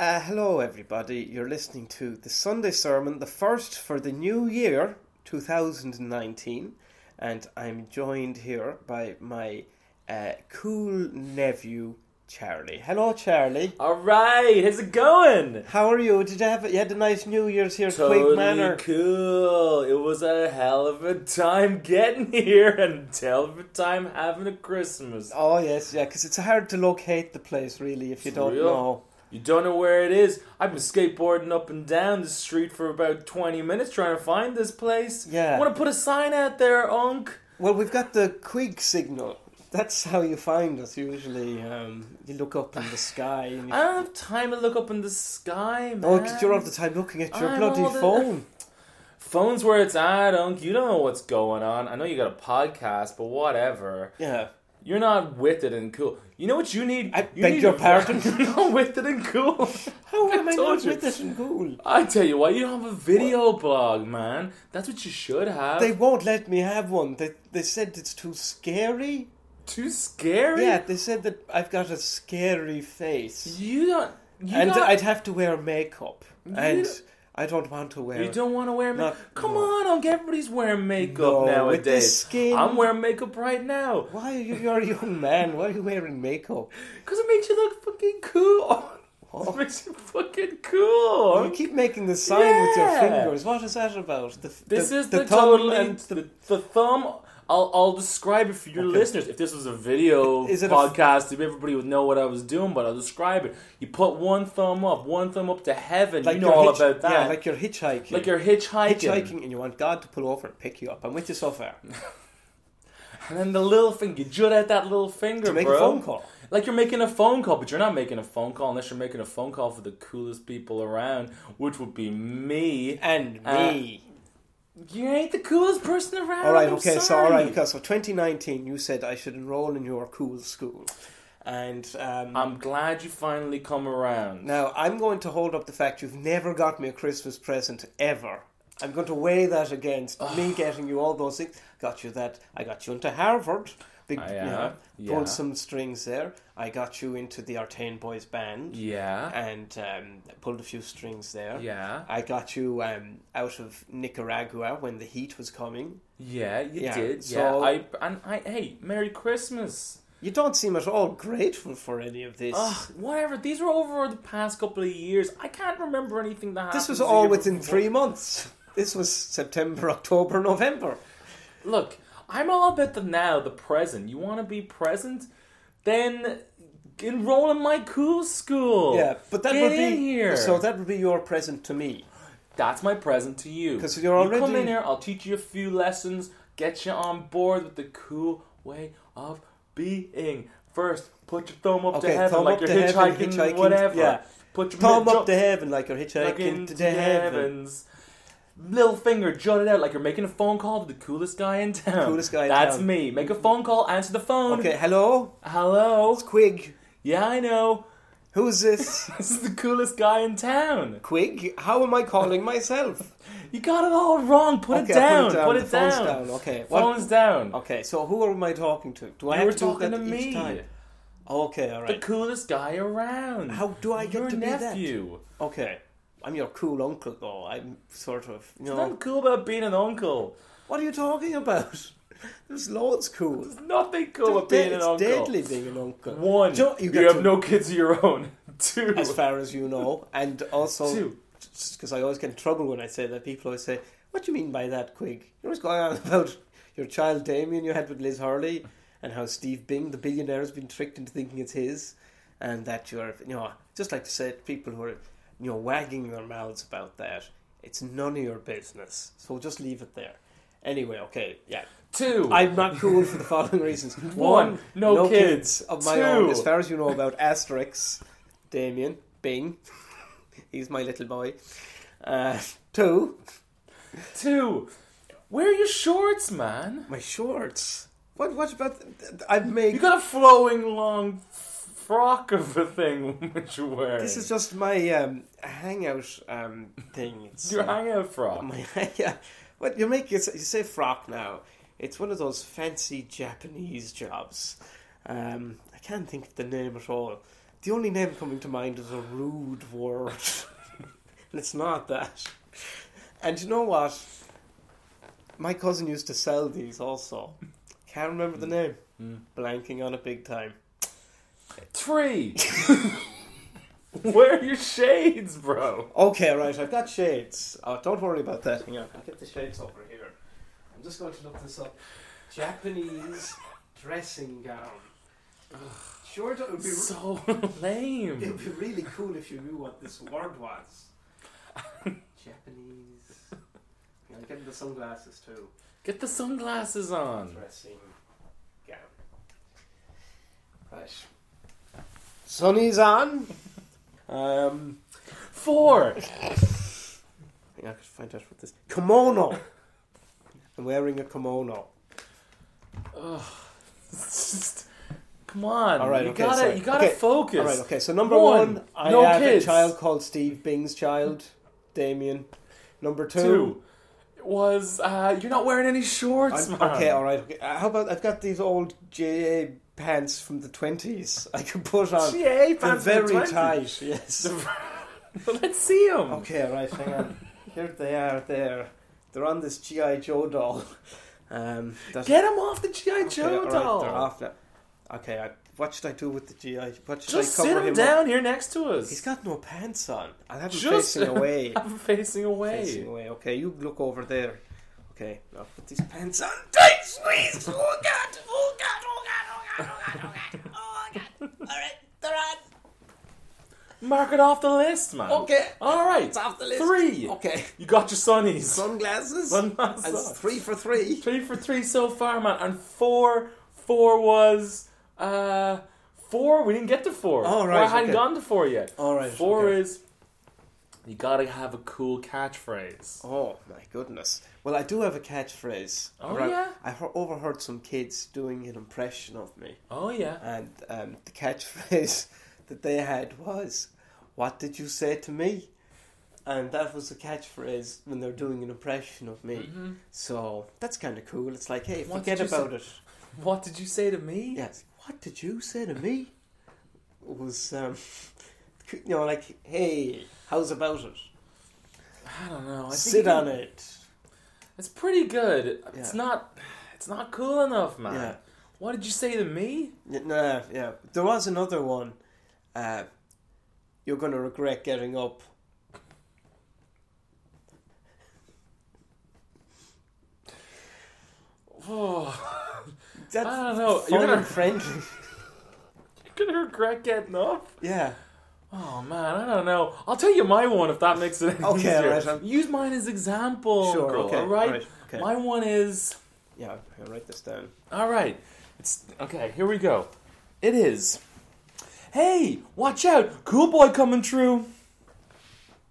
Uh, hello, everybody. You're listening to the Sunday sermon, the first for the new year 2019, and I'm joined here by my uh, cool nephew Charlie. Hello, Charlie. All right, how's it going? How are you? Did you have you had a nice New Year's here, at Quake Totally Manor? cool. It was a hell of a time getting here and a hell of a time having a Christmas. Oh yes, yeah. Because it's hard to locate the place really if you It's don't real. know. You don't know where it is. I've been skateboarding up and down the street for about 20 minutes trying to find this place. Yeah. want to put a sign out there, Unc. Well, we've got the Quig signal. That's how you find us usually. Um, you look up in the sky. And you... I don't have time to look up in the sky, man. Oh, 'cause you're all the time looking at your I'm bloody all the- phone. Phone's where it's at, Unc. You don't know what's going on. I know you got a podcast, but whatever. Yeah. You're not with it and cool. You know what you need? I you beg need your a- pardon? You're not with it and cool. How I am I told not you. with this in Google? I tell you what, you don't have a video blog, man. That's what you should have. They won't let me have one. They they said it's too scary. Too scary. Yeah, they said that I've got a scary face. You don't. You and don't, I'd have to wear makeup. And don't- I don't want to wear You it. don't want to wear makeup. Not- Come no. on, Unc. Everybody's wearing makeup No, with nowadays. this skin. I'm wearing makeup right now Why are you you're a young man? Why are you wearing makeup? because it makes you look fucking cool. What? it makes you fucking cool. You keep making the sign with your Yeah. fingers. What is that about? The, This is the, thumb totally and the, the, thumb. I'll, I'll describe it for your Okay. listeners. If this was a video Is it a f- podcast, everybody would know what I was doing, but I'll describe it. You put one thumb up, one thumb up to heaven. like you know you're all hitch- about that. Yeah, like you're hitchhiking. Like you're hitchhiking. hitchhiking and you want God to pull over and pick you up. I'm with you so far. And then the little thing, you jut out that little finger, To make bro. a phone call. Like you're making a phone call, but you're not making a phone call unless you're making a phone call for the coolest people around, which would be me. And Uh, me. You ain't the coolest person around. All right, I'm okay, so sorry. all right, okay, so 2019, you said I should enroll in your cool school, and um, I'm glad you finally come around. now I'm going to hold up the fact you've never got me a Christmas present ever. I'm going to weigh that against me getting you all those things. Got you that I got you into Harvard. Big, Ah, you know, yeah, yeah. pulled some strings there. I got you into the Artane Boys band Yeah. and um, pulled a few strings there. Yeah. I got you um, out of Nicaragua when the heat was coming. Yeah, you Yeah, did. so- yeah. I and I hey, Merry Christmas. You don't seem at all grateful for any of this. Ugh, whatever. These were over the past couple of years. I can't remember anything that happened. This was all within three months. This was September, October, November. Look, I'm all about the now, the present. You want to be present? Then enroll in my cool school. Yeah, but that Oh. Get would be in here. so. That would be your present to me. That's my present to you. 'Cause you're You come already- in here. I'll teach you a few lessons. Get you on board with the cool way of being. First, put your thumb up Okay, to heaven thumb like up you're to heaven, hitchhiking, hitchhiking, whatever. yeah. Put your Thumb mid- up to heaven, like you're hitchhiking like into to the the heaven. heavens. Little finger, jut it out like you're making a phone call to the coolest guy in town. Coolest guy in That's town. me. Make a phone call. Answer the phone. Okay, hello, Hello. it's Quig. Yeah, I know. Who's this? This is the coolest guy in town. Quig? How am I calling myself? You got it all wrong. Put okay, it down. I put it down. the Put it phone's down. Okay, what- Phone's down. Okay, so who am I talking to? Do I You have were to do talking that to each me. time? Okay, all The right. coolest guy around. How do I get Your to be that? nephew. Okay, I'm your cool uncle, though. I'm sort of, you know. Nothing cool about being an uncle. What are you talking about? There's loads cool. There's nothing cool about De- being an it's uncle. deadly being an uncle. One, Jo- you, you, get have to- no kids of your own. Two, as far as you know, and also Two. because I always get in trouble when I say that. People always say, "What do you mean by that, Quig?" You're always going on about your child Damien you had with Liz Hurley, and how Steve Bing, the billionaire, has been tricked into thinking it's his, and that you're, you know, just like to say to people who are, you know, wagging their mouths about that. It's none of your business, so just leave it there. Anyway, okay, yeah. Two. I'm not cool for the following reasons. One, no kids. of my Two. own. As far as you know about Asterix, Damien, Bing, he's my little boy. Uh, two, two. Wear your shorts, man. my shorts. What? What about? th- th- I've made. You got a flowing long f- frock of a thing which you wear. this is just my um, hangout um, thing. It's, your uh, hangout frock. my yeah. What you make? You say, you say frock now. It's one of those fancy Japanese jobs. Um, I can't think of the name at all. The only name coming to mind is a rude word. and it's not that. And you know what? My cousin used to sell these also. Can't remember the name. Blanking on it big time. Three. Where are your shades, bro? Okay, right, I've got shades. Oh, don't worry about that. Hang on. I'll get the shades over here. I'm just going to look this up. Japanese dressing gown. It would- Sure, it would be, So it would lame. be really cool if you knew what this word was. Japanese. Hang on, I'm getting the sunglasses too. Get the sunglasses on. Dressing gown. Right. Sunny's on. Um. Four. I think I could find out what this kimono. I'm wearing a kimono. Ugh. It's just- come on. All right, you okay, gotta, sorry. you gotta Okay, focus. All right, okay. So number One, one, I no have kids. a child called Steve Bing's child, Damien. Number two, Two was uh, you're not wearing any shorts, I'm- man. okay, all right. Okay. Uh, How about I've got these old JA pants from the twenties. I can put on. Gee, hey, They're pants in the very 20s. tight. Yes. Let's see him. Okay, all right. Hang on. Here they are. There, they're on this GI Joe doll. Um, that's- Get him off the GI Okay, Joe all right, doll. they're off now. Okay, I, what should I do with the GI? What should Just I sit cover him, him up? down here next to us. He's got no pants on. I'll have him Just- facing away. I'm facing away. facing away. Okay, you look over there. Okay, now put these pants on. Tight squeeze. Oh god! Oh god! Oh god! Oh god! Oh god! Oh god! Oh god! All right, they're on. Mark it off the list, man. Okay, All right. it's off the list. Three. Okay, You got your sunnies. sunglasses. Sunglasses. That's three for three. Three for three so far, man. And four, four was uh, four. We didn't get to four. Oh, right, I hadn't okay. gone to four yet. All right, Four okay. is you gotta have a cool catchphrase. Oh my goodness. Well, I do have a catchphrase. Oh, Or I- yeah? I he- overheard some kids doing an impression of me, Oh yeah. and um, the catchphrase that they had was, "What did you say to me?" And that was the catchphrase when they're doing an impression of me. So that's kind of cool. It's like, hey, Mm-hmm. What did forget you say- about it. What did you say to me? Yes. What did you say to me? Was um, you know, like, hey, how's about it? I don't know. Oh, I think Sit you- on it. It's pretty good. It's Yeah. not. It's not cool enough, man. Yeah. What did you say to me? Yeah, Nah, yeah. There was another one. Uh, you're going to regret getting up. Oh, That's I don't know. fun You're gonna- and friendly. you're gonna regret getting up. yeah. Oh man, I don't know. I'll tell you my one if that makes it any Okay, easier. alright, I'm- Use mine as example. Sure, Uncle, okay, Oh, All right. alright, okay. My one is Yeah, I'll write this down. all right. It's okay. Here we go. It is. Hey, watch out! Cool boy coming through.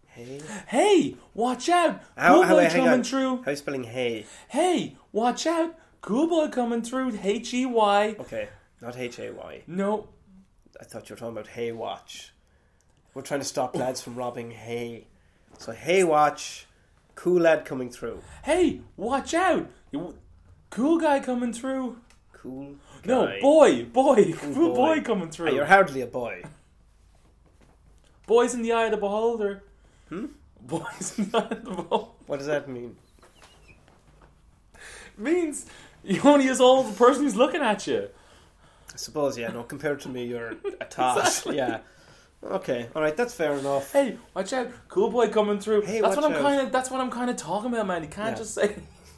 Hey. Hey, watch out! How- Cool how- boy hang coming on. through. How are you spelling hey? Hey, watch out! Cool boy coming through. H E Y. Okay, not H A Y. No, I thought you were talking about hay watch. We're trying to stop lads from robbing hay. So hay watch, cool lad coming through. hey, watch out! You, cool guy coming through. Cool. No, guy. boy, boy, cool boy, boy. coming Ah, through. You're hardly a boy. Boys in the eye of the beholder. Hmm? Boys in the eye of the beholder What does that mean? means you're only as old as the person who's looking at you. I suppose, yeah, no, compared to me, you're a toss. Yeah. Okay, alright, that's fair enough. Hey, watch out, cool boy coming through. Hey, that's watch what I'm out. kind of. That's what I'm kind of talking about, man. You can't Yeah. just say.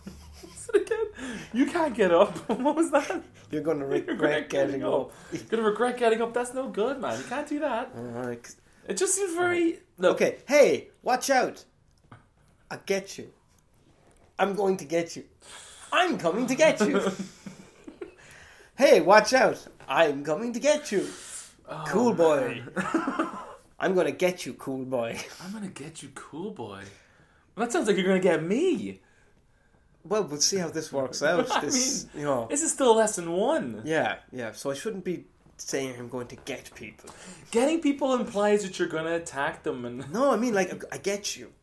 Say it again. You can't get up. What was that? You're going to You're regret, gonna regret getting, up. You're gonna regret getting up. That's no good, man. You can't do that. Alright. It just seems very. Look, Okay, hey, watch out. I get you. I'm going to get you. I'm coming to get you. hey, watch out. I'm coming to get you. Oh, cool boy. I'm going to get you, cool boy. I'm gonna get you, cool boy. That sounds like you're gonna get me. Well, we'll see how this works out. I This, mean, you know. This is still lesson one. Yeah, yeah. So I shouldn't be saying I'm going to get people. Getting people implies that you're gonna attack them and No, I mean like I get you.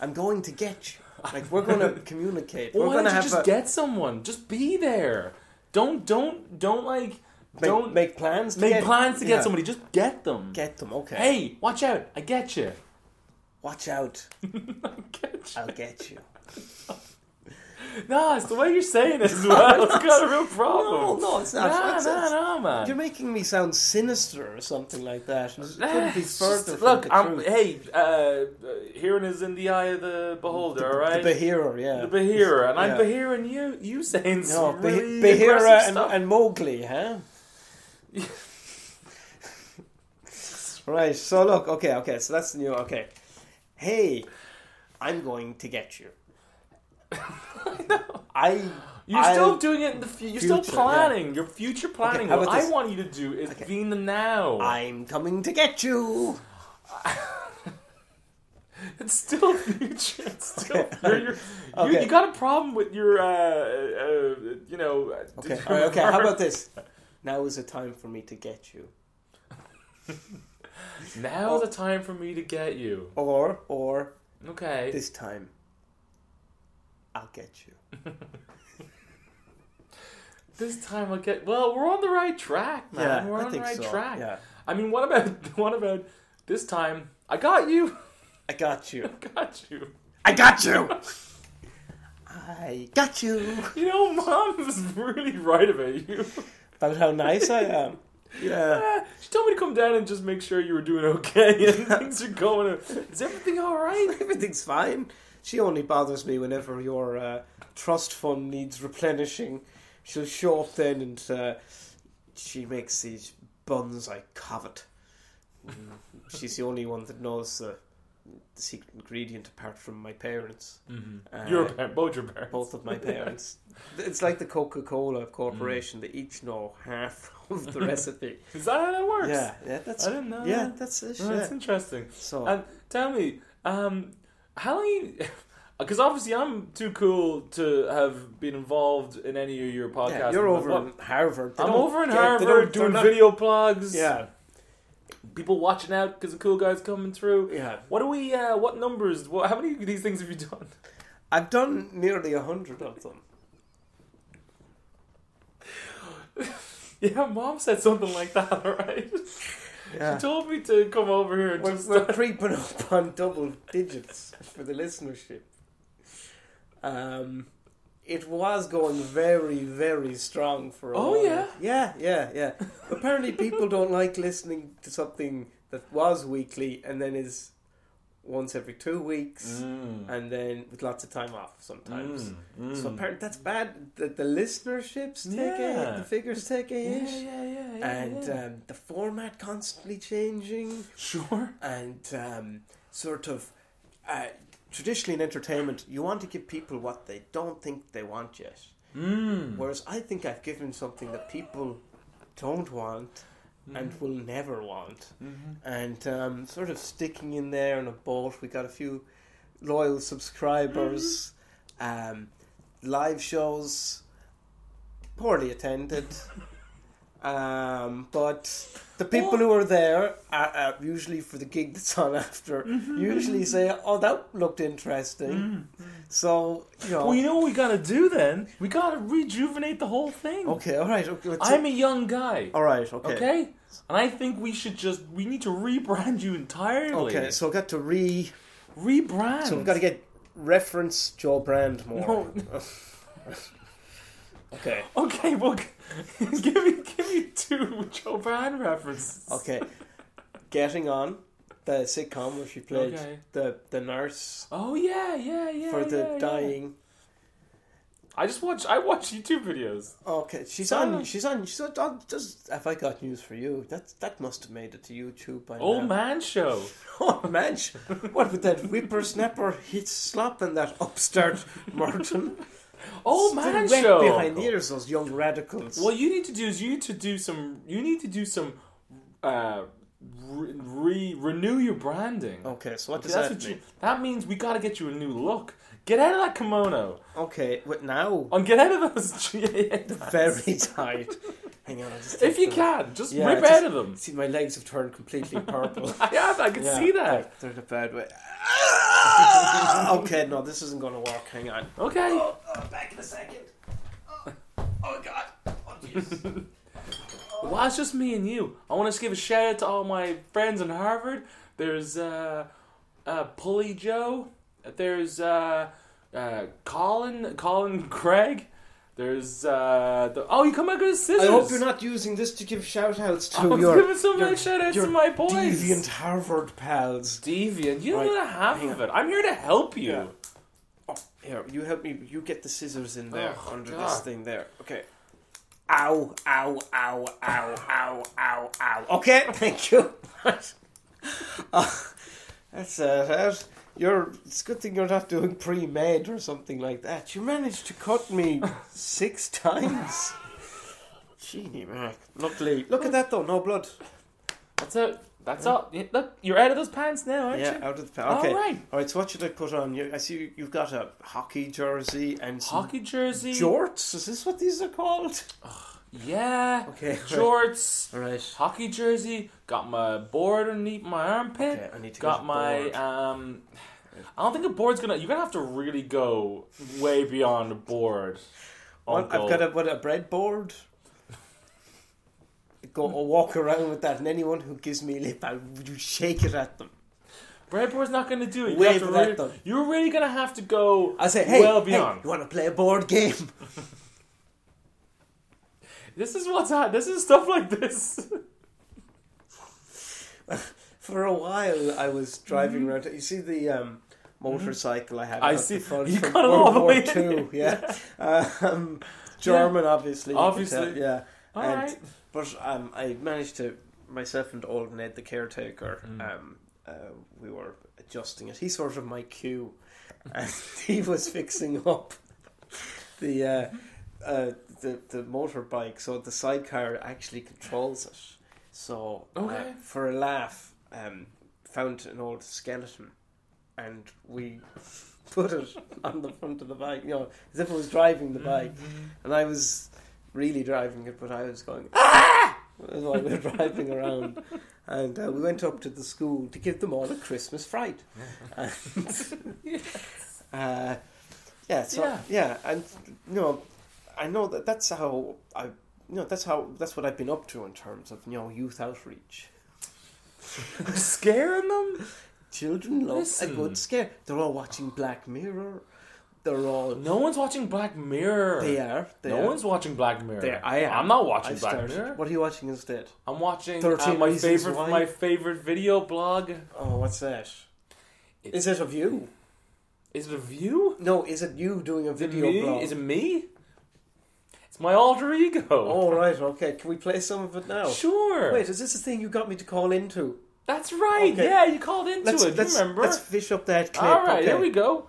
I'm going to get you. Like we're going to communicate. Well, we're why going don't to you have just a get someone? Just be there. Don't don't don't like Make, Don't- make plans. To Make get, plans to get yeah. somebody. Just get them. Get them. Okay. hey, watch out! I get you. Watch out. I get you. I'll get you. No, it's the way you're saying it as well. It's got a real problem. No, no, it's not. Nah, It's- nah, it's- nah, man. You're making me sound sinister or something like that. It couldn't be It's further just- from look, the I'm, truth. hey, uh, uh, hearing is in the eye of the beholder, all right? The Behira, yeah. The Behira, and I'm Yeah. Behiring you. You saying No, some Be- really Behira aggressive and, stuff. and Mowgli, huh? right, so look, okay, okay, so that's new, okay. Hey, I'm going to get you. I know. you're I, still doing it in the future. You're still Future, yeah. planning. Your future planning. how what about I this? want you to do is be in the now. I'm coming to get you. It's still future. It's still you're, you're, you, Okay. you got a problem with your, uh, uh, you know. uh, Okay, your- all right, okay, how about this? Now is the time for me to get you. now's the time for me to get you? Or, or, Okay. this time, I'll get you. This time I'll get. Well, we're on the right track, man. Yeah, Ah, we're I on the think right so, track. yeah. I mean, what about what about this time? I got you. I got you. got you. I got you. I got you. You know, mom was really right about you. About how nice I am. Yeah. Eh, she told me to come down and just make sure you were doing okay and things are going. Is everything all right? Everything's fine. She only bothers me whenever your uh, trust fund needs replenishing. She'll show up then and uh, she makes these buns I covet. Mm, She's the only one that knows the, the secret ingredient apart from my parents. Uh, Your parents, both your parents. both of my parents. It's like the Coca Cola Mm. Corporation. They each know half of the recipe. Is that how that works? yeah, yeah, that's I didn't know. yeah, that. that's it. No, yeah. that's interesting. So And tell me, um, how long you? Because obviously, I'm too cool to have been involved in any of your podcasts. yeah, you're But over what- in Harvard. They I'm don't over in get- they don't- Harvard they're doing not- video blogs. Yeah, people watching out because the cool guys coming through. yeah. What do we? Uh, what numbers? What? How many of these things have you done? I've done nearly a hundred of them. Yeah, mom said something like that. All right, Yeah, she told me to come over here and we're, just. we're creeping up on double digits for the listenership. Um, it was going very, very strong for a Oh, while. yeah? yeah, yeah, yeah. Apparently, people don't like listening to something that was weekly and then is once every two weeks. Mm, and then with lots of time off sometimes. mm. So apparently that's bad. The, the listenerships take a hit, Yeah. the figures take a yeah, hit, yeah, yeah, yeah. and uh, yeah. Um, the format constantly changing, sure. and um, sort of uh, traditionally in entertainment, you want to give people what they don't think they want yet. Mm. Whereas I think I've given something that people don't want Mm. and will never want. Mm-hmm. And um, sort of sticking in there in a boat. We got a few loyal subscribers, Mm-hmm. um, live shows, poorly attended. Um, but the people Well- who are there are, are usually for the gig that's on after. Mm-hmm. Usually say, "Oh, that looked interesting." So you know, Mm. Well, you know what we gotta do then? We gotta rejuvenate the whole thing. okay, all right, okay. let's- I'm a young guy. All right. Okay. Okay? And I think we should just we need to rebrand you entirely. Okay, So I got to re. rebrand. So we've got to get reference Joe Brand more. okay. Okay, well g- give me give me two Joe Brand references. Okay. Getting on the sitcom where she played Okay. the the nurse Oh yeah, yeah, yeah. for the yeah, yeah. dying. I just watch I watch YouTube videos. Okay, she's on. Silence. She's on. She's on. on just have I got news for you? That that must have made it to YouTube by Old now. Oh, man show. Oh man! sh- What with that whippersnapper hit slop and that upstart Martin? Still Old Oh, man wet show. behind the ears, those young radicals. What you need to do is you need to do some. You need to do some. Uh, re, re renew your branding. Okay, so Oh, what does That's that what you, mean? that means we gotta get you a new look. Get out of that kimono Okay, what now? and get out of those. yeah, Very tight. Hang on, I'll just if take you the- can, just Yeah, rip just- out of them. See, my legs have turned completely purple. I have. I can Yeah, see that. They're in a bad way. okay, no, this isn't going to work. Hang on. Okay. back in a second. Oh, God. Oh, jeez. Why it's just me and you? I want to give a shout out to all my friends in Harvard. There's uh, uh, Pulley Joe. There's uh, uh, Colin Colin Craig. There's uh, the, oh, you come back with a scissors. I hope you're not using this to give shout outs to I was your, giving so your, many shout outs your to my boys. deviant Harvard pals. Deviant. You don't Right, know the half hang of it. I'm here to help you. Yeah. Here, you help me. You get the scissors in there Oh, under God. this thing there. Okay. Ow, ow, ow, ow, ow, ow, ow. Okay, thank you. Oh, that's uh, that. You're, it's a good thing you're not doing pre med or something like that. You managed to cut me six times. Genie, Mac. Luckily. Look at that, though. No blood. That's it. That's all. Yeah, Look, you're out of those pants now, aren't Yeah, you? out of the pa- Okay. All right. All right, so what should I put on? You, I see you, you've got a hockey jersey and some Hockey jersey. jorts. Is this what these are called? Yeah. Okay. Shorts. All right. Hockey jersey. Got my board underneath my armpit. Okay, I need to get got a my board. um. I don't think a board's gonna. You're gonna have to really go way beyond a board. What, I've uncle. got a what a breadboard. Go or walk around with that, and anyone who gives me a lip, I you shake it at them. Breadboard's not gonna do it. You Wave have to it really, at them. You're really gonna have to go. I say, hey, well hey, beyond. you want to play a board game? This is what's hot. This is stuff like this. For a while, I was driving around. You see the um, motorcycle I had. Mm. I out see. The front You from got it World all the War way Two. in. Yeah, um, German, obviously. you could Obviously. tell, yeah. All And- right. But um, I managed to myself and old Ned, the caretaker. Mm-hmm. Um, uh, we were adjusting it. He sort of my cue, and he was fixing up the uh, uh, the the motorbike. So the sidecar actually controls it. So uh, Okay. for a laugh, um, found an old skeleton, and we put it on the front of the bike. You know, as if it was driving the Mm-hmm. bike, and I was really driving it, but I was going ah while we were driving around. And uh, we went up to the school to give them all a Christmas fright. And, uh, yeah, so yeah. Yeah. and you know, I know that that's how I, you know, that's how that's what I've been up to in terms of you know youth outreach. Scaring them? Children love a Listen. good scare. They're all watching Black Mirror. They're all No one's watching Black Mirror. they are. They no are. one's watching Black Mirror. They- I am. I'm not watching I've Black started. Mirror. What are you watching instead? I'm watching uh, 13 my Reasons favorite Why. my favorite video blog. Oh, what's that? Is It's- it of you? Is it a view? No, is it you doing a Is it video me? blog? Is it me? It's my alter ego. Oh right, okay. Can we play some of it now? sure. Wait, is this the thing you got me to call into? That's right. Okay. Yeah, you called into Let's it. You let's, remember? let's fish up that clip. All right, okay. here we go.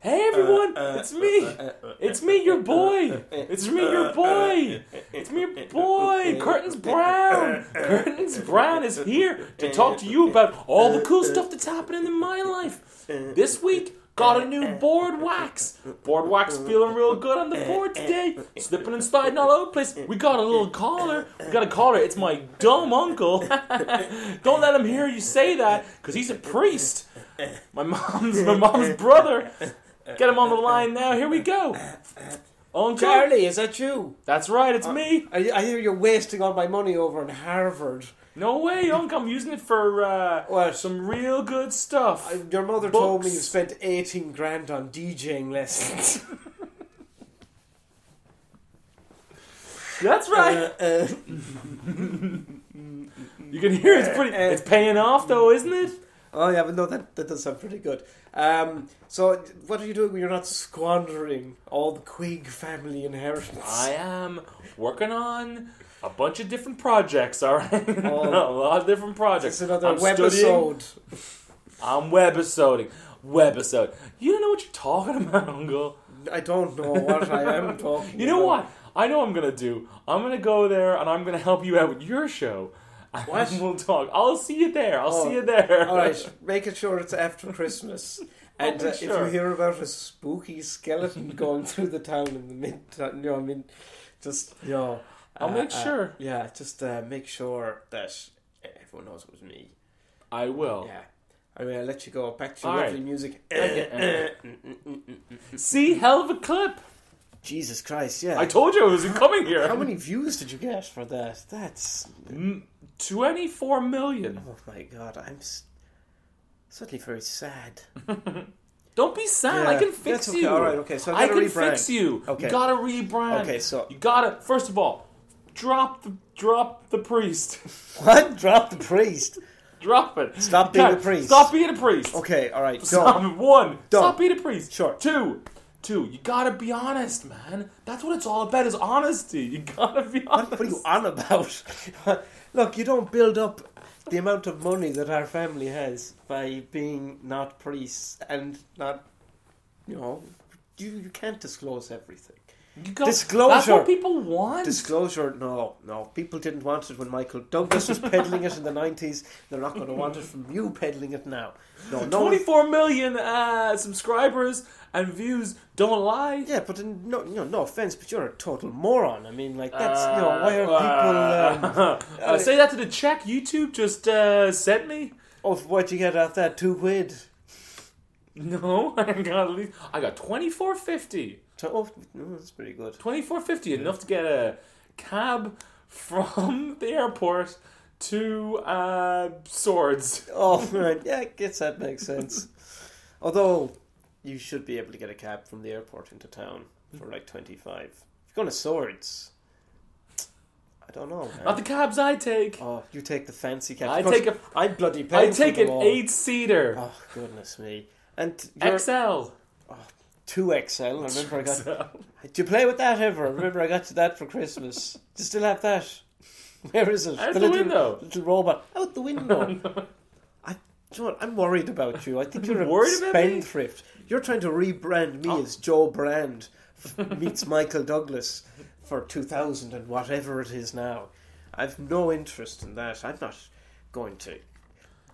hey Uh, everyone, it's me. it's me, your boy. it's me, uh, your boy. it's me, your boy. Curtains uh, Brown. Curtains Brown is here to talk to you about all the cool stuff that's happening in my life. uh, This week, got a new board wax. Board wax feeling real good on the board today. Slipping and sliding all over the place. We got a little caller. We got a caller. It's my dumb uncle. Don't let him hear you say that, because he's a priest. My mom's my mom's brother. Get him on the line now. Here we go. Uncle. uh, Charlie, is that you? That's right, it's me. I, I hear you're wasting all my money over in Harvard. No way, Uncle. I'm using it for uh, What? some real good stuff. I- uh, Your mother told me Books. you spent eighteen grand on DJing lessons. That's uh, right. uh, you can hear it's pretty. uh, it's paying off, though, isn't it? oh yeah, but no, that that does sound pretty good. Um, so, what are you doing when you're not squandering all the Quig family inheritance? I am working on a bunch of different projects. All right, a Oh. lot of different It's projects. another I'm webisode. studying- I'm webisoding. Webisode. You don't know what you're talking about, Uncle. I don't know what I am talking. You know about. what? I know what I'm gonna do. I'm gonna go there and I'm gonna help you out with your show. And What? we'll talk. I'll see you there. I'll Oh, see you there. All right, make it sure it's after Christmas. And Oh, uh, if sure. you hear about a spooky skeleton going through the town in the mid, uh, you know, I mean, just you know, I'll uh, make uh, sure. yeah, just uh, make sure that everyone knows it was me. I will. Yeah, I mean, I'll let you go back to your Oh. All lovely right. music. Okay. See, hell of a clip. Jesus Christ, yeah. I told you I was coming here. How many views did you get for that? That's Mm, 24 million. oh my god, I'm s- suddenly very sad. Don't be sad. Yeah, I can that's fix okay, you. all right, okay, so I I gotta can rebrand. fix you. Okay. You gotta rebrand. Okay, so- you gotta first of all drop the drop the priest. What? Drop the priest. drop it. Stop You being can't- a priest. Stop being a priest. Okay, all right. Stop. Go. One. Don't. Stop being a priest. Sure. Two. Two. You gotta be honest, man. That's what it's all about. Is honesty. You gotta be honest. What are you on about? Look, you don't build up the amount of money that our family has by being not priests and not, you know, you, you can't disclose everything. You got- That's Disclosure. what people want. Disclosure? No, no. People didn't want it when Michael Douglas was peddling it in the 90s. They're not going to want it from you peddling it now. No, no. one- 24 million uh, subscribers and views don't lie. Yeah, but in, no, you know, no offense, but you're a total moron. I mean, like that's you know, why are people? Um, people? Uh, say that to the check YouTube just uh, sent me. oh, what'd you get out of that? Two quid. No, I got at least I got twenty four fifty. So, oh, no, that's pretty good. Twenty four fifty enough to get a cab from the airport to uh, Swords. Oh, right. Yeah, I guess that makes sense. Although, you should be able to get a cab from the airport into town for like 25. If you're going to Swords, I don't know. man. Not the cabs I take. Oh, you take the fancy cab. I Of course, take a- I'm bloody paying I take for them an all. eight seater Oh, goodness me. And you're XL. 2XL. I remember I got Did you play with that ever? Remember, I got you that for Christmas. Do you still have that? Where is it? Out the little, window. Little robot. Out the window. I, do you know what? I'm worried about you. I think you're a Worried about me? Oh. spendthrift. You're trying to rebrand me as Joe Brand meets Michael Douglas for 2000 and whatever it is now. I've no interest in that. I'm not going to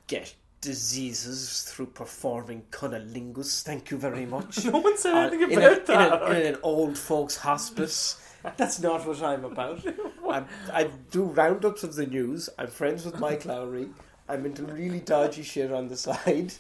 get diseases through performing cunnilingus. Thank you very much. No one said Uh, anything in, about a- in that. a- in an old folks' hospice. That's not what I'm about. I'm, I do roundups of the news. I'm friends with Mike Lowry. I'm into really dodgy shit on the side.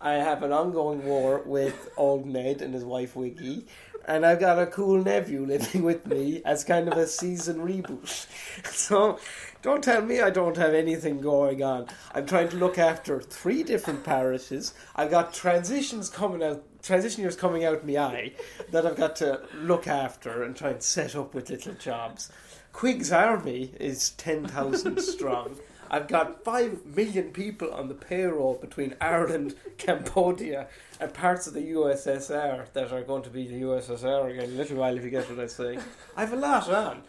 I have an ongoing war with old Ned and his wife Wiggy. And I've got a cool nephew living with me as kind of a season reboot. So don't tell me I don't have anything going on. I'm trying to look after three different parishes. I've got transitions coming out, transition years coming out me eye that I've got to look after and try and set up with little jobs. Quig's army is 10,000 strong. I've got 5 million people on the payroll between Ireland, Cambodia, and parts of the USSR that are going to be the USSR again in a little while, if you get what I'm saying. I've a lot on.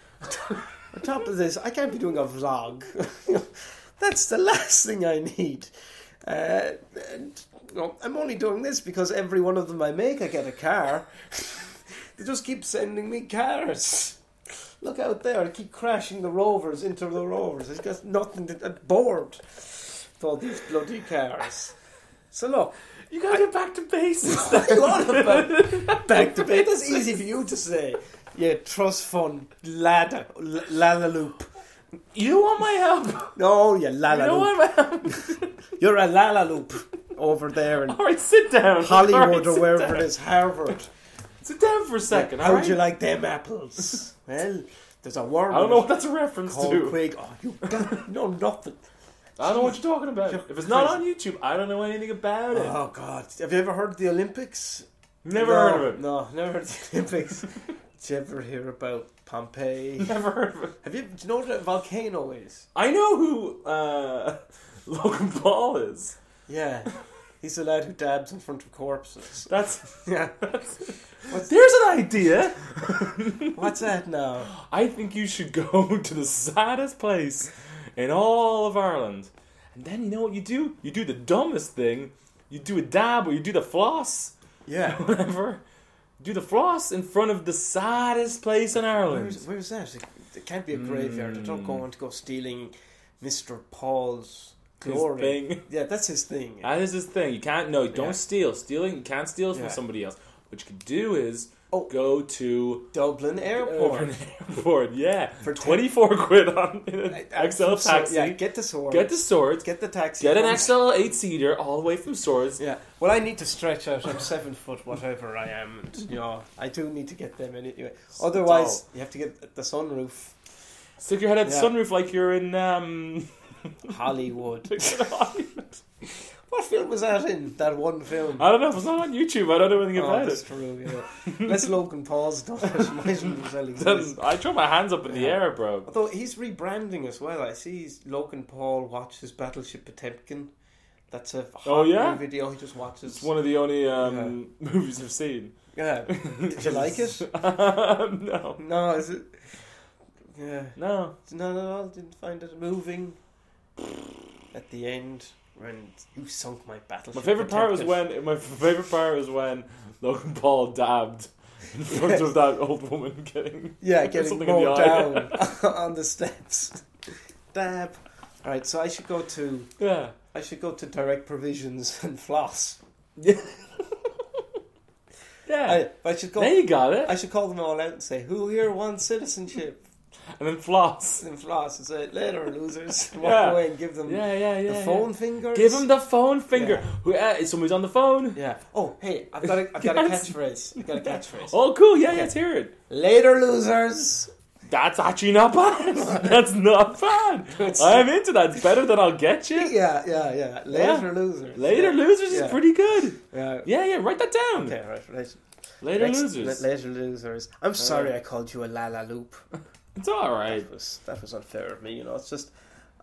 on top of this, I can't be doing a vlog. That's the last thing I need. Uh, and, you know, I'm only doing this because every one of them I make, I get a car. they just keep sending me cars. Look out there, I keep crashing the rovers into the rovers. It's got nothing to. I'm bored with all these bloody cars. So look, you gotta get back to basics. what are you on about? Back to bed. That's easy for you to say. Yeah, trust fund, ladder, l- lalaloop. you want my help? No, you You lalaloop. don't want my help. Oh, You're a lalaloop over there in All right, sit down. All right, Hollywood or sit wherever down. it is, Harvard. Sit down for a second. How all right? would you like them apples? well, there's a worm. I don't in know it what that's a reference called to. Quig. Oh, you got no nothing. I don't know what you're talking about. If it's not on YouTube, I don't know anything about it. Oh God! Have you ever heard of the Olympics? never No, heard of it. No, never heard of the Olympics. Did you ever hear about Pompeii? Never heard of it. Have you? Do you know what a volcano is? I know who uh, Logan Paul is. Yeah, he's the lad who dabs in front of corpses. That's Yeah, there's an idea. what's that now? I think you should go to the saddest place in all of Ireland, and then you know what you do? You do the dumbest thing. You do a dab or you do the floss, Yeah, whatever. Do the floss in front of the saddest place in Ireland. where's, where's that? It, it can't be a graveyard. I don't Hmm. go on to go stealing Mister Paul's glory. thing. Yeah, that's his thing. That is this thing. You can't no, you don't Yeah. steal. Stealing you can't steal from Yeah. somebody else. What you can do is Oh. go to Dublin Airport. Urban Airport. Yeah, For for ten- twenty four quid on in an XL From Sor- taxi. yeah, get, get to Swords. the swords. Get, Get the taxi. from- an XL eight seater all the way from swords. Yeah. Well, I need to stretch out. I'm seven foot, whatever I am, and you know, I do need to get them anyway. Otherwise, you have to get the sunroof. Stick your head out Yeah. the sunroof like you're in um. Hollywood. I what film was that in? That one film. don't know. If it's not on YouTube, I don't know anything Oh, about that's it. true. Yeah. Unless Logan Paul's done it, might as well exist. Then I throw my hands up in the Yeah. air, bro. Although he's rebranding as well. I see he's, Logan Paul watches Battleship Potemkin. That's a hot Oh, yeah? new video he just watches. It's one of the only um, movies I've seen. Yeah. Did you like it? no, No, is it? Yeah. no. Not at all. Didn't find it moving. At the end, when you sunk my battleship. My favorite part was Potemkin. when my favorite part was when Logan Paul dabbed in front Yes. of that old woman getting Yeah, getting something in the mowed down eye. on the steps. Dab. All right, so I should go to yeah. I should go to direct provisions and floss. Yeah. I, I should go. there you got it. I should call them all out and say, "Who here wants citizenship?" and then floss. And floss and say, "Later, losers." Walk Yeah. away and give them Yeah, yeah, Um, the yeah. phone yeah. fingers. Give him the phone finger. Yeah. Who uh, is somebody's on the phone? Yeah. Oh, hey, I've got a, I've got a Yes. catchphrase. I've got a catchphrase. Oh, cool. Yeah, Okay. yeah. Let's hear it. Later, losers. That's actually not bad. That's not bad. It's- I'm into that. It's better than I'll get you. Yeah, yeah, yeah. Later, losers. Later yeah. losers Yeah. is pretty good. Yeah. Yeah, yeah. Write that down. Okay, right, right. Later Next- losers. la- later losers. I'm sorry I called you a la la loop. it's all right. That was that was unfair of me. You know, it's just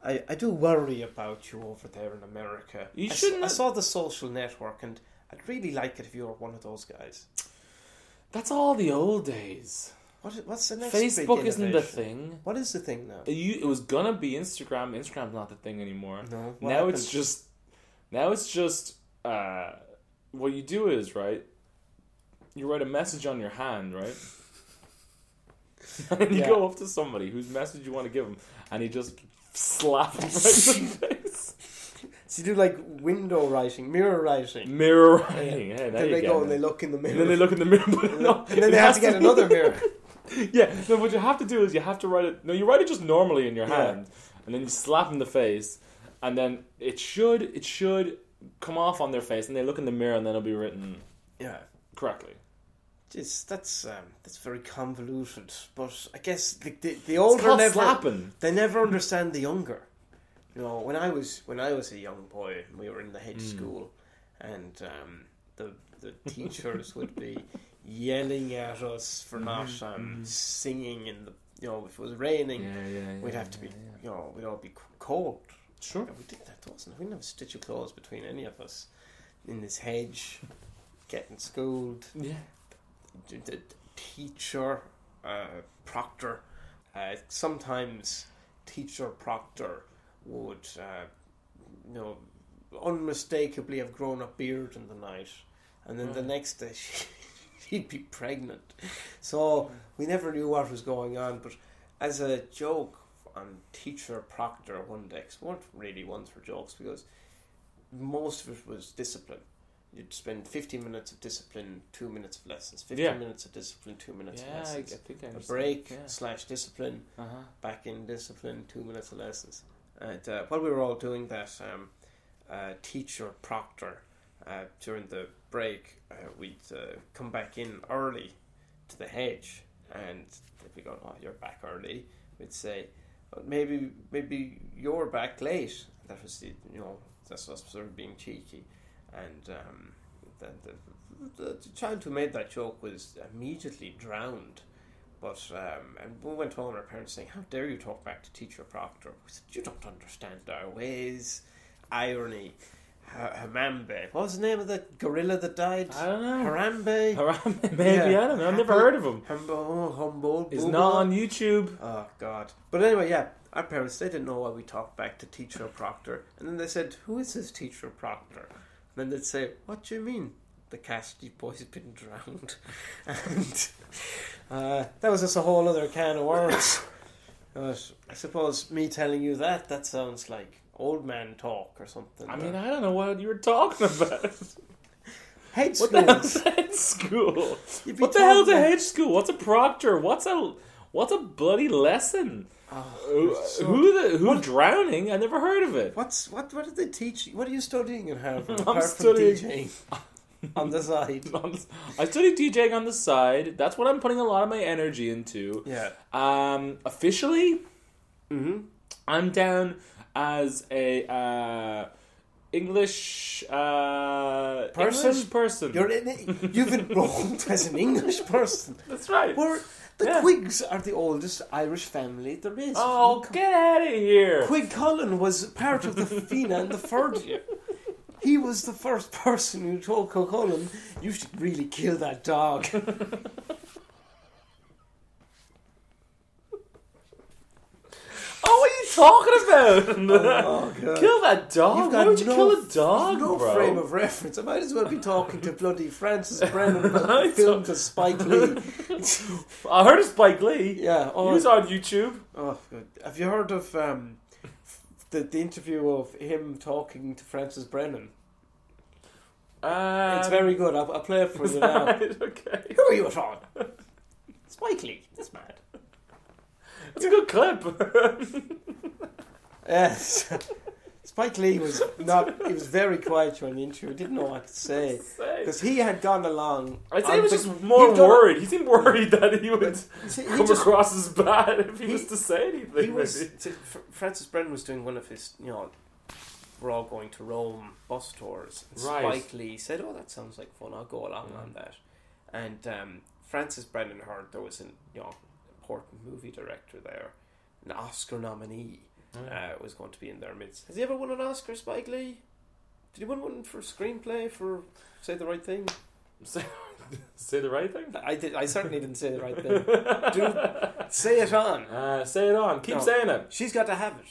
I, I do worry about you over there in America. You I s- shouldn't- I saw the social network, and I'd really like it if you were one of those guys. That's all the old days. What is, what's the next? big Facebook isn't the innovation? thing. What is the thing now? You, it was gonna be Instagram. Instagram's not the thing anymore. No. now what it's happened? just, now it's just. Uh, what you do is right. You write a message on your hand, right? and you Yeah. go up to somebody whose message you want to give them, and you just slap them right in the face. so you do like window writing, mirror writing. Mirror writing. Hey, Mm, there Then you they go. go and they look in the And then they mirror. look in the mirror, but no, and then it they have has to get be- another mirror. Yeah, no, what you have to do is you have to write it. No, you write it just normally in your Yeah. hand, and then you slap in the face, and then it should it should come off on their face, and they look in the mirror, and then it'll be written Yeah. correctly. Jeez, that's um, that's very convoluted. But I guess the the, the older it's called never slapping. they never understand the younger. You know, when I was when I was a young boy, we were in the hedge school, and um, the the teachers would be yelling at us for not um, singing in the you know if it was raining, Mm-hmm. yeah. we'd have to be you know we'd all be c- cold. sure. And we did that, wasn't it? We didn't have a stitch of clothes between any of us in this hedge, getting schooled Yeah, the- the teacher, uh, proctor. Uh, sometimes teacher proctor would, uh, you know, unmistakably have grown a beard in the night, and then the Right. next day she, she'd be pregnant. So we never knew what was going on. But as a joke on teacher proctor one day, 'cause we weren't really ones for jokes because most of it was discipline you'd spend 15 minutes of discipline, two minutes of lessons. 15 Yeah. minutes of discipline, two minutes yeah. of I, I lessons. think I A understand. break Yeah. slash discipline, Uh-huh. back in discipline, two minutes of lessons. And uh, while we were all doing that, um, uh, teacher proctor uh, during the break, uh, we'd uh, come back in early to the hedge, and they'd be going, "Oh, you're back early." We'd say, "But maybe, maybe you're back late." That was the, you know, that's us sort of being cheeky, and um, the, the, the, the child who made that joke was immediately drowned. But um, and we went home, and our parents saying, "How dare you talk back to teacher proctor?" We said, "You don't understand our ways." Irony. Ha- Harambe. What was the name of the gorilla that died? I don't know. Harambe. Harambe, maybe Yeah. I don't know. I've never heard of him. Humble, humble, It's booble. not on YouTube. Oh God! But anyway, yeah, our parents they didn't know why we talked back to teacher proctor, and then they said, "Who is this teacher proctor?" And then they'd say, "What do you mean? The Cassidy boy's been drowned," and uh, that was just a whole other can of worms. But I suppose me telling you that that sounds like old man talk or something. I mean, I don't know what you were talking about. Hedge What the hell's schools. a head school? You'd be What the hell's a told that- head school? What's a proctor? What's a what's a bloody lesson? Who- Oh, so- who the, who drowning? I never heard of it. What's what? What did they teach? you? What are you studying in Harvard? I'm apart studying- from DJing on the side. I studied DJing on the side. That's what I'm putting a lot of my energy into. Yeah. Um, officially, Mm-hmm. I'm down as a uh, English uh, Person? English person. You're in, you've enrolled as an English person. That's right. We're, the Yeah. Quigs are the oldest Irish family there is. Oh, get out of here! Quig Cullen was part of the Fianna in the third year. He was the first person who told Cullen, "You should really kill that dog." Oh, what are you talking about? Oh god! Kill that dog? You've Why got would you no- kill a dog, no bro? frame of reference. I might as well be talking to bloody Francis Brennan about I the film to Spike Lee. I heard it's Spike Lee. Yeah. He Oh, was on YouTube. oh God. Have you heard of um, the the interview of him talking to Francis Brennan? Um, it's very good. I'll, I'll play it for you now. Right, Um, okay. Who are you at all? Spike Lee. That's mad. It's a good clip. Yes. Spike Lee was not. He was very quiet during the interview. He didn't know what to say because he had gone along. I'd say on he was the- just more You've done- worried. He seemed worried that he would See, he come just- across as bad if he, he- was to say anything. he was maybe. t- Fr- Francis Brennan was doing one of his you know we're all going to Rome bus tours and Right. Spike Lee said oh that sounds like fun I'll go along Mm. on that and um, Francis Brennan heard there was an you know important movie director there an Oscar nominee uh, was going to be in their midst has he ever won an Oscar Spike Lee did he win one for screenplay for Say the Right Thing Say, say the right thing. I did I certainly didn't say the right thing Dude, say it on Uh, say it on. Keep No. saying it. she's got to have it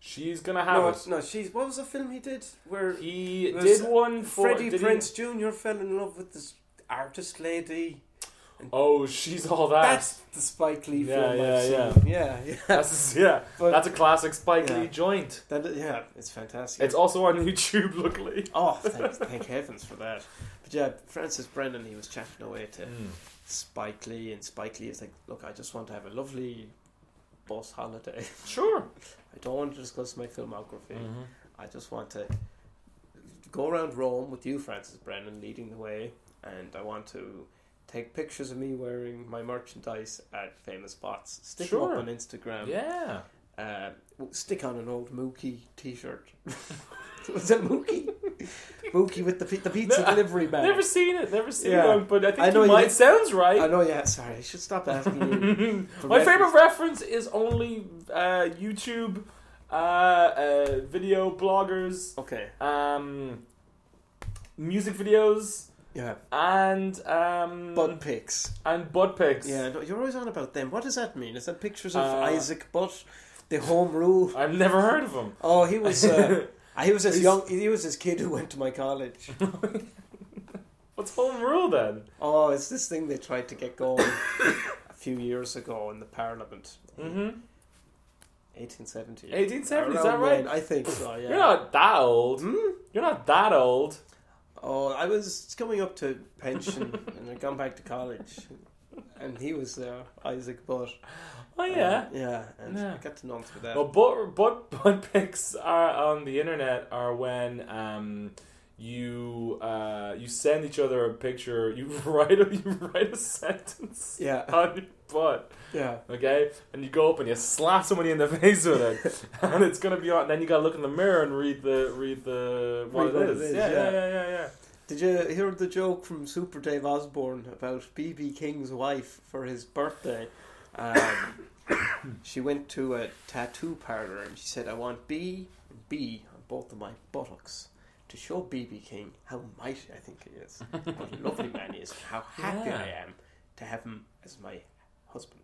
She's gonna have no, it. no she's what was the film he did where He There's did one for Freddie did he- Prince Jr. fell in love with this artist lady. oh, she's all that. That's the Spike Lee Yeah, film yeah, I've yeah. seen. Yeah, yeah. That's yeah. But- that's a classic Spike Yeah. Lee joint. That- yeah, it's fantastic. It's also on YouTube, luckily. oh, thank, thank heavens for that. But yeah, Francis Brennan, he was chatting away to Hmm. Spike Lee, and Spike Lee is like, look, I just want to have a lovely bus holiday. Sure. I don't want to discuss my filmography. Mm-hmm. I just want to go around Rome with you, Francis Brennan, leading the way, and I want to take pictures of me wearing my merchandise at famous spots. Stick 'em Sure. up on Instagram. Yeah. Uh, w- stick on an old Mookie T-shirt. Was it Mookie? Mookie with the pi- the pizza No, I- delivery man. Never seen it. Never seen Yeah. one. But I think I know you you might. did- Sounds I right. know. Yeah. Sorry, I should stop asking you. for My favorite reference is only uh, YouTube uh, uh, video bloggers, Okay. um, music videos, Yeah. and um, Butt pics. and butt pics. Yeah. No, you're always on about them. What does that mean? Is that pictures of Uh, Isaac Butt, the home rule? I've never heard of them. Oh, he was. Uh, he was this He's- young. He was this kid who went to my college. What's home rule then? Oh, it's this thing they tried to get going a few years ago in the Parliament, Mm-hmm. 1870. 1870, Around is that right? then, I think so. Yeah. You're not that old. Hmm? You're not that old. Oh, I was coming up to pension and I'd gone back to college, and he was there, Isaac Butt. Oh yeah. Um, yeah, and Yeah. I got to know him through that. Well, butt, butt, butt pics are on the internet are when um, you uh, you send each other a picture. You write a you write a sentence Yeah, on your butt, yeah. okay? And you go up and you slap somebody in the face with it, and it's gonna be on. Then you gotta look in the mirror and read the read the what, Read it, is. Yeah, yeah, yeah. yeah, yeah. yeah. Did you hear the joke from Super Dave Osborne about BB King's wife for his birthday? Um, she went to a tattoo parlor and she said, "I want B and B on both of my buttocks to show BB King how mighty I think he is, what a lovely man he is, and how happy Yeah. I am to have him as my husband."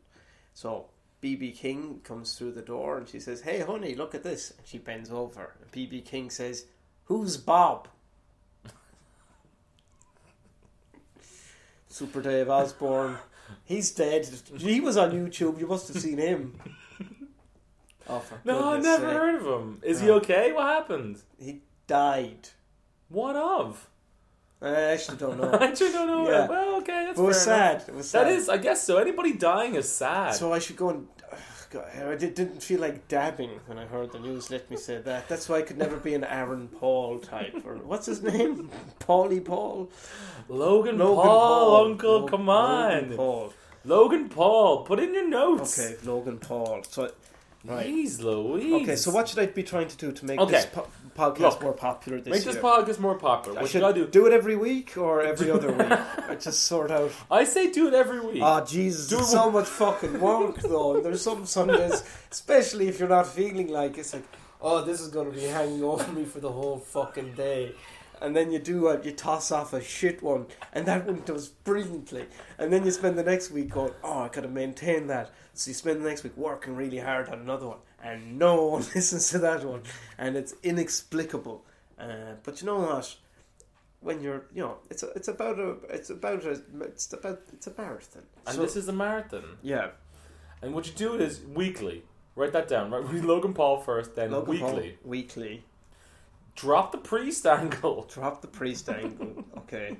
So BB King comes through the door and she says, "Hey, honey, look at this." And she bends over and BB King says, "Who's Bob?" Super Dave Osborne. He's dead. He was on YouTube. You must have seen him. Oh, for No, I've goodness never sake. heard of him. Is he No. okay? What happened? He died. What of? I actually don't know. I actually don't know. Yeah. Well, okay, that's But it was fair enough. sad. It was sad. That is, I guess so. Anybody dying is sad. So I should go and. Ugh, God, I did- didn't feel like dabbing when I heard the news. Let me say that. That's why I could never be an Aaron Paul type or what's his name, Paulie Paul. Logan, Paul, Uncle, Lo- come Logan on. Paul. Logan Paul, put in your notes. Okay, Logan Paul. So, right. Jeez Louise. Okay, so what should I be trying to do to make Okay. this po- podcast Look, more popular this Make year? this podcast more popular. I What should should I do? it every week or every other week. I just sort out. I say do it every week. Oh Jesus! Do it's it- so much fucking work though. There's some Sundays, especially if you're not feeling like it's like, oh, this is gonna be hanging over me for the whole fucking day. And then you do a, you toss off a shit one, and that one does brilliantly. And then you spend the next week going, oh, I gotta maintain that. So you spend the next week working really hard on another one, and no one listens to that one, and it's inexplicable. Uh, but you know what? When you're, you know, it's a, it's about a, it's about a, it's about, it's a marathon. and So- this is the marathon. yeah, And what you do is weekly. Write that down. Right, read Logan Paul first, then Logan Paul, weekly. weekly. Drop the priest angle. Drop the priest angle. Okay.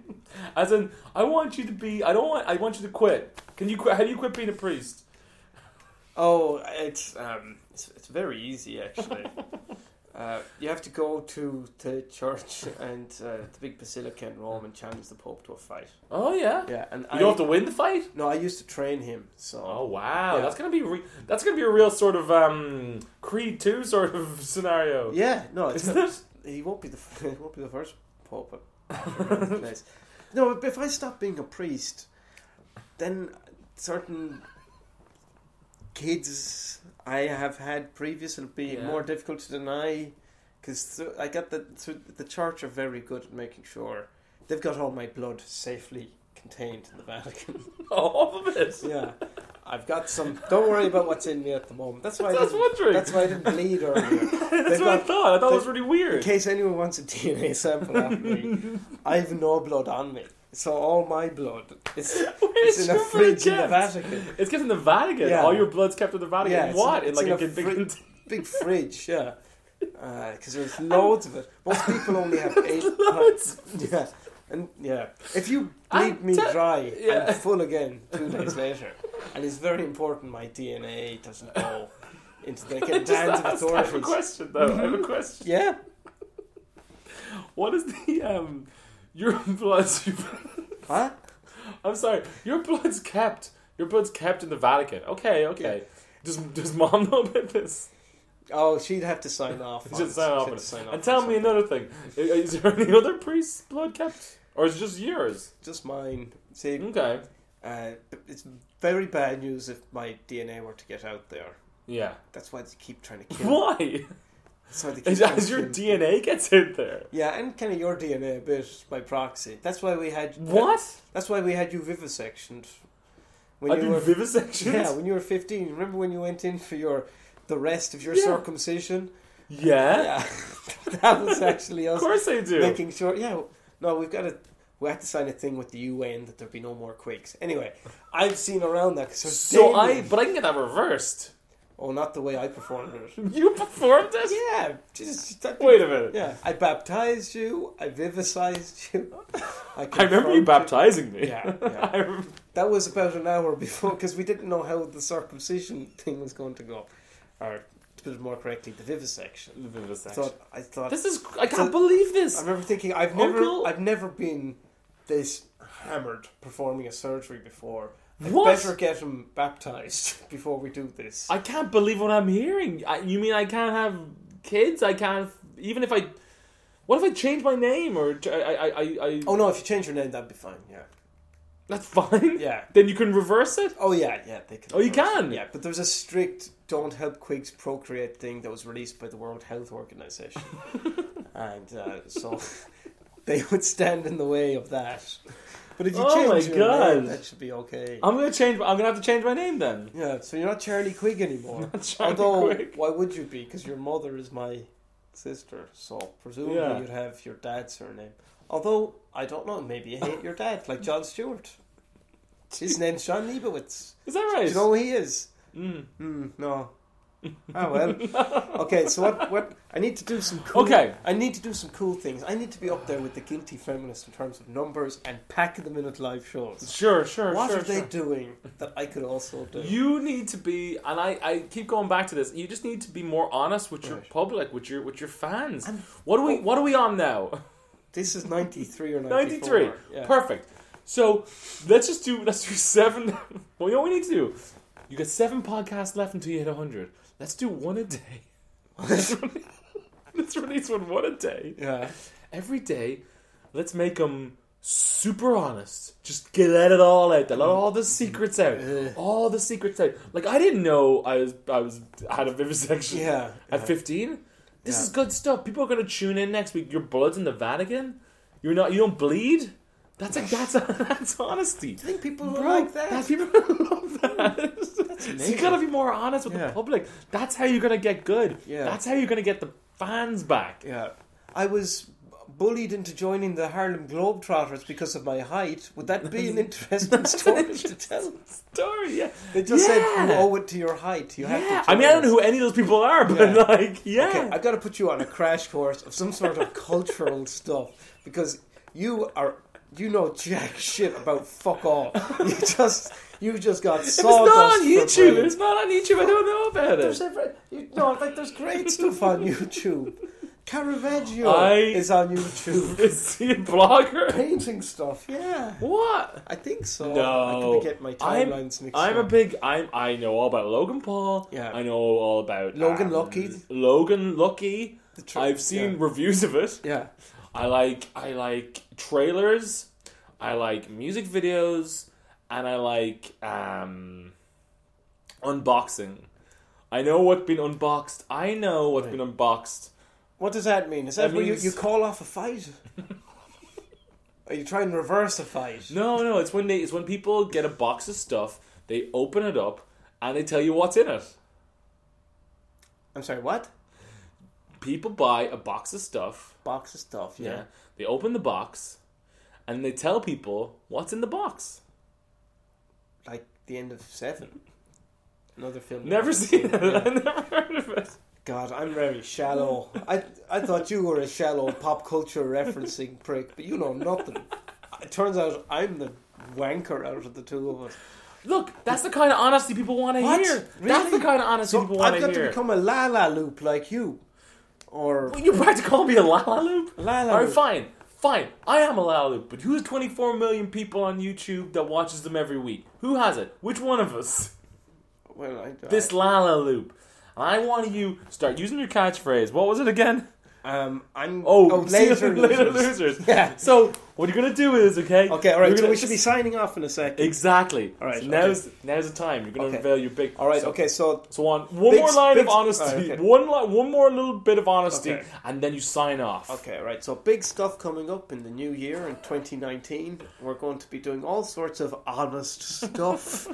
As in, I want you to be. I don't want. I want you to quit. Can you quit? How do you quit being a priest? Oh, it's um, it's, it's very easy actually. Uh, you have to go to the church and uh, the big basilica in Rome and challenge the Pope to a fight. Oh yeah. Yeah, and I You don't have to win the fight. no, I used to train him. So Oh wow, Yeah. that's gonna be re- that's gonna be a real sort of um, Creed two sort of scenario, yeah, no, it's isn't it? he won't be the he won't be the first pope around the place. No, but if I stop being a priest, then certain kids I have had previous will be Yeah. more difficult to deny because I got that through the church are very good at making sure they've got all my blood safely contained in the Vatican. All of it. yeah. I've got some. Don't worry about what's in me at the moment. That's why. That's I what I was didn't, that's wondering. why I didn't bleed earlier. That's They've what I got- thought. I thought it they- was really In weird. case anyone wants a DNA sample of me, I have no blood on me. So all my blood is Where's it's in a your fridge in the kept? Vatican. It's kept in the Vatican. Yeah. All your blood's kept in the Vatican. Yeah, it's in- what? In, it's like in a, a good big fri- Big fridge, yeah. Because there's loads of it. Most people only have eight. loads. Yeah. And yeah, if you I'm bleed me te- dry, Yeah. I'm full again two days later. And it's very important my DNA doesn't go into the I hands just of asked- I have a authorities. question though. I have a question. Yeah, What is the um your blood's huh? I'm sorry. Your blood's kept. Your blood's kept in the Vatican. Okay, okay. Does does mom know about this? Oh, she'd have to sign off. on Just it. sign She'd off on have it. to sign And on tell me something. another thing. I- Is there any other priest's blood kept? Or is it just yours? Just mine. See, Okay. Uh, but it's very bad news if my DNA were to get out there. Yeah. That's why they keep trying to kill. Why? That's why they keep As, trying as to your kill. DNA gets in there. Yeah, and kind of your DNA a bit by proxy. That's why we had What? That's why we had you vivisectioned. When I do were, vivisections? yeah, when you were fifteen. Remember when you went in for your the rest of your Yeah. circumcision? Yeah? Yeah, that was actually Of us course I do. making sure. Yeah, no, we've got to. We have to sign a thing with the UN that there be no more quakes. Anyway, I've seen around that because so I, but I can get that reversed. Oh, not the way I performed it. You performed it? Yeah, just that- Wait a minute. Yeah, I baptized you. I vivisized you. I remember you confirmed baptizing me. Yeah, yeah. I rem- That was about an hour before because we didn't know how the circumcision thing was going to go, or to put it more correctly, the vivisection. the I vivisection. thought I thought This is. I uh, So- can't believe I this. remember thinking I've never Uncle- I've never been this hammered performing a surgery before. I What? better get him baptized before we do this. I can't believe what I'm hearing. I, you mean I can't have kids? I can't. Even if I. What if I change my name or ch- I I I, I oh no, if you change your name, that'd be fine. Yeah, that's fine. yeah. Then you can reverse it. Oh yeah, yeah, they can. Oh, you reverse it. can? Yeah, but there's a strict "don't help quigs procreate" thing that was released by the World Health Organization, and uh, so they would stand in the way of that. But if you Oh, my change your name, God. Um, that should be okay. I'm gonna change. I'm gonna have to change my name then. yeah, so you're not Charlie Quig anymore. Charlie Although, Quig. why would you be? Because your mother is my sister, so presumably Yeah. you'd have your dad's surname. Although I don't know, maybe you hate your dad, like John Stewart. His name's John Leibowitz. is that Do right? you know who he is? mm. Mm, no. Ah well. Okay, so what? What? I need to do some. Cool, Okay. I need to do some cool things. I need to be up there with the guilty feminists in terms of numbers and pack them in at live shows. Sure, sure, What sure. are they sure. doing that I could also do? You need to be, and I, I keep going back to this. You just need to be more honest with your Right. oh. public, with your with your fans. I'm- what are we What are we on now? this is ninety three or ninety Ninety three. Perfect. So let's just do let's do seven. Well, you know what we need to do. You got seven podcasts left until you hit hundred. Let's do one a day. Let's release- let's release one one a day. Yeah. every day, let's make them super honest. Just get let it all out. Let all the secrets out. All the secrets out. Like I didn't know I was I was had a vivisection. Yeah. At fifteen, this Yeah. is good stuff. People are gonna tune in next week. Your blood's in the Vatican. You're not. You don't bleed. That's a, that's that's honesty. I think people would Bro, like that. that- people love that. so you amazing. gotta be more honest with Yeah. the public. That's how you're gonna get good. Yeah. That's how you're gonna get the fans back. Yeah. I was bullied into joining the Harlem Globetrotters because of my height. Would that be an interesting story to tell? Story, yeah. They just said you Yeah. owe it to your height. You Yeah, have to. I mean, I don't know join who any of those people are, but Yeah. like, yeah, us. Okay, I've got to put you on a crash course of some sort of cultural stuff because you are. You know jack shit about fuck all. You just you just got if it's not sawdust. on for YouTube, if brains. it's not on YouTube. I don't know about There's it. every, you know, like there's great stuff on YouTube. Caravaggio I- is on YouTube. Is he a blogger? Painting stuff, yeah. What? I think so. I No, could get my I'm- timelines mixed I'm a up. big. I'm. I know all about Logan Paul. Yeah. I know all about um, Logan Lucky. Logan Lucky. The tr- I've seen yeah. reviews of it. Yeah. I like. I like trailers. I like music videos, and I like um, unboxing. I know what's been unboxed. I know what's been unboxed. What does that mean? Is that, That where means- you, you call off a fight? Are you trying to reverse a fight? No, no, it's when they it's when people get a box of stuff, they open it up and they tell you what's in it. I'm sorry, what? People buy a box of stuff. Box of stuff, yeah. They open the box and they tell people what's in the box. Like the end of Seven. Another film. Never seen it. I never heard of it. God, I'm very shallow. I I thought you were a shallow pop culture referencing prick, but you know nothing. It turns out I'm the wanker out of the two of us. Look, that's the kind of honesty people want to What? hear. That's Really? the kind of honesty So people want I've to got to hear. become a la la loop like you. Or Well, You're about to call me a Lala Loop? La La Alright, Loop. fine. Fine. I am a Lala Loop, but who's 24 million people on YouTube that watches them every week? Who has it? Which one of us? well, I, this Lala Loop. I want you start using your catchphrase. What was it again? um, I'm Oh, see you laser later losers. losers. Yeah. So what you're gonna do is okay. Okay, all right. you're So gonna- we should be signing off in a second. exactly. All right, So okay. now's now's the time. You're gonna Okay. unveil your big. All right. So, Okay. So So on one Big- more line big- of honesty, all right, okay. one li- one more little bit of honesty, Okay. and then you sign off. okay. All right. So big stuff coming up in the new year in 2019. We're going to be doing all sorts of honest stuff,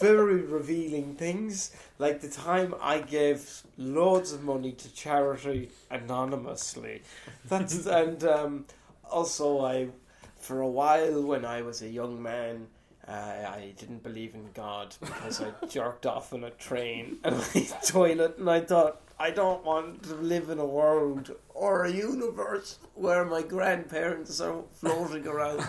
very revealing things, like the time I gave loads of money to charity anonymously. That's and um, also I, for a while when I was a young man. Uh, I didn't believe in God because I jerked off on a train and my toilet, and I thought I don't want to live in a world or a universe where my grandparents are floating around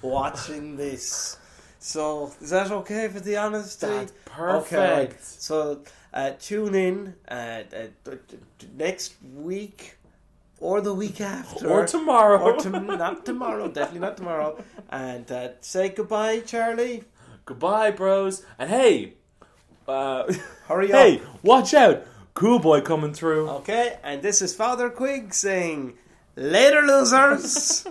watching this. So is that okay for the honesty? That's perfect. Okay, right. So uh, tune in uh, uh, t- t- t- next week or the week after. Or tomorrow. Or to- not tomorrow, definitely not tomorrow. And uh, say goodbye, Charlie. Goodbye, bros. And hey, uh, Hurry hey, up. watch out! Cool boy coming through. Okay, and this is Father Quig saying, Later, losers!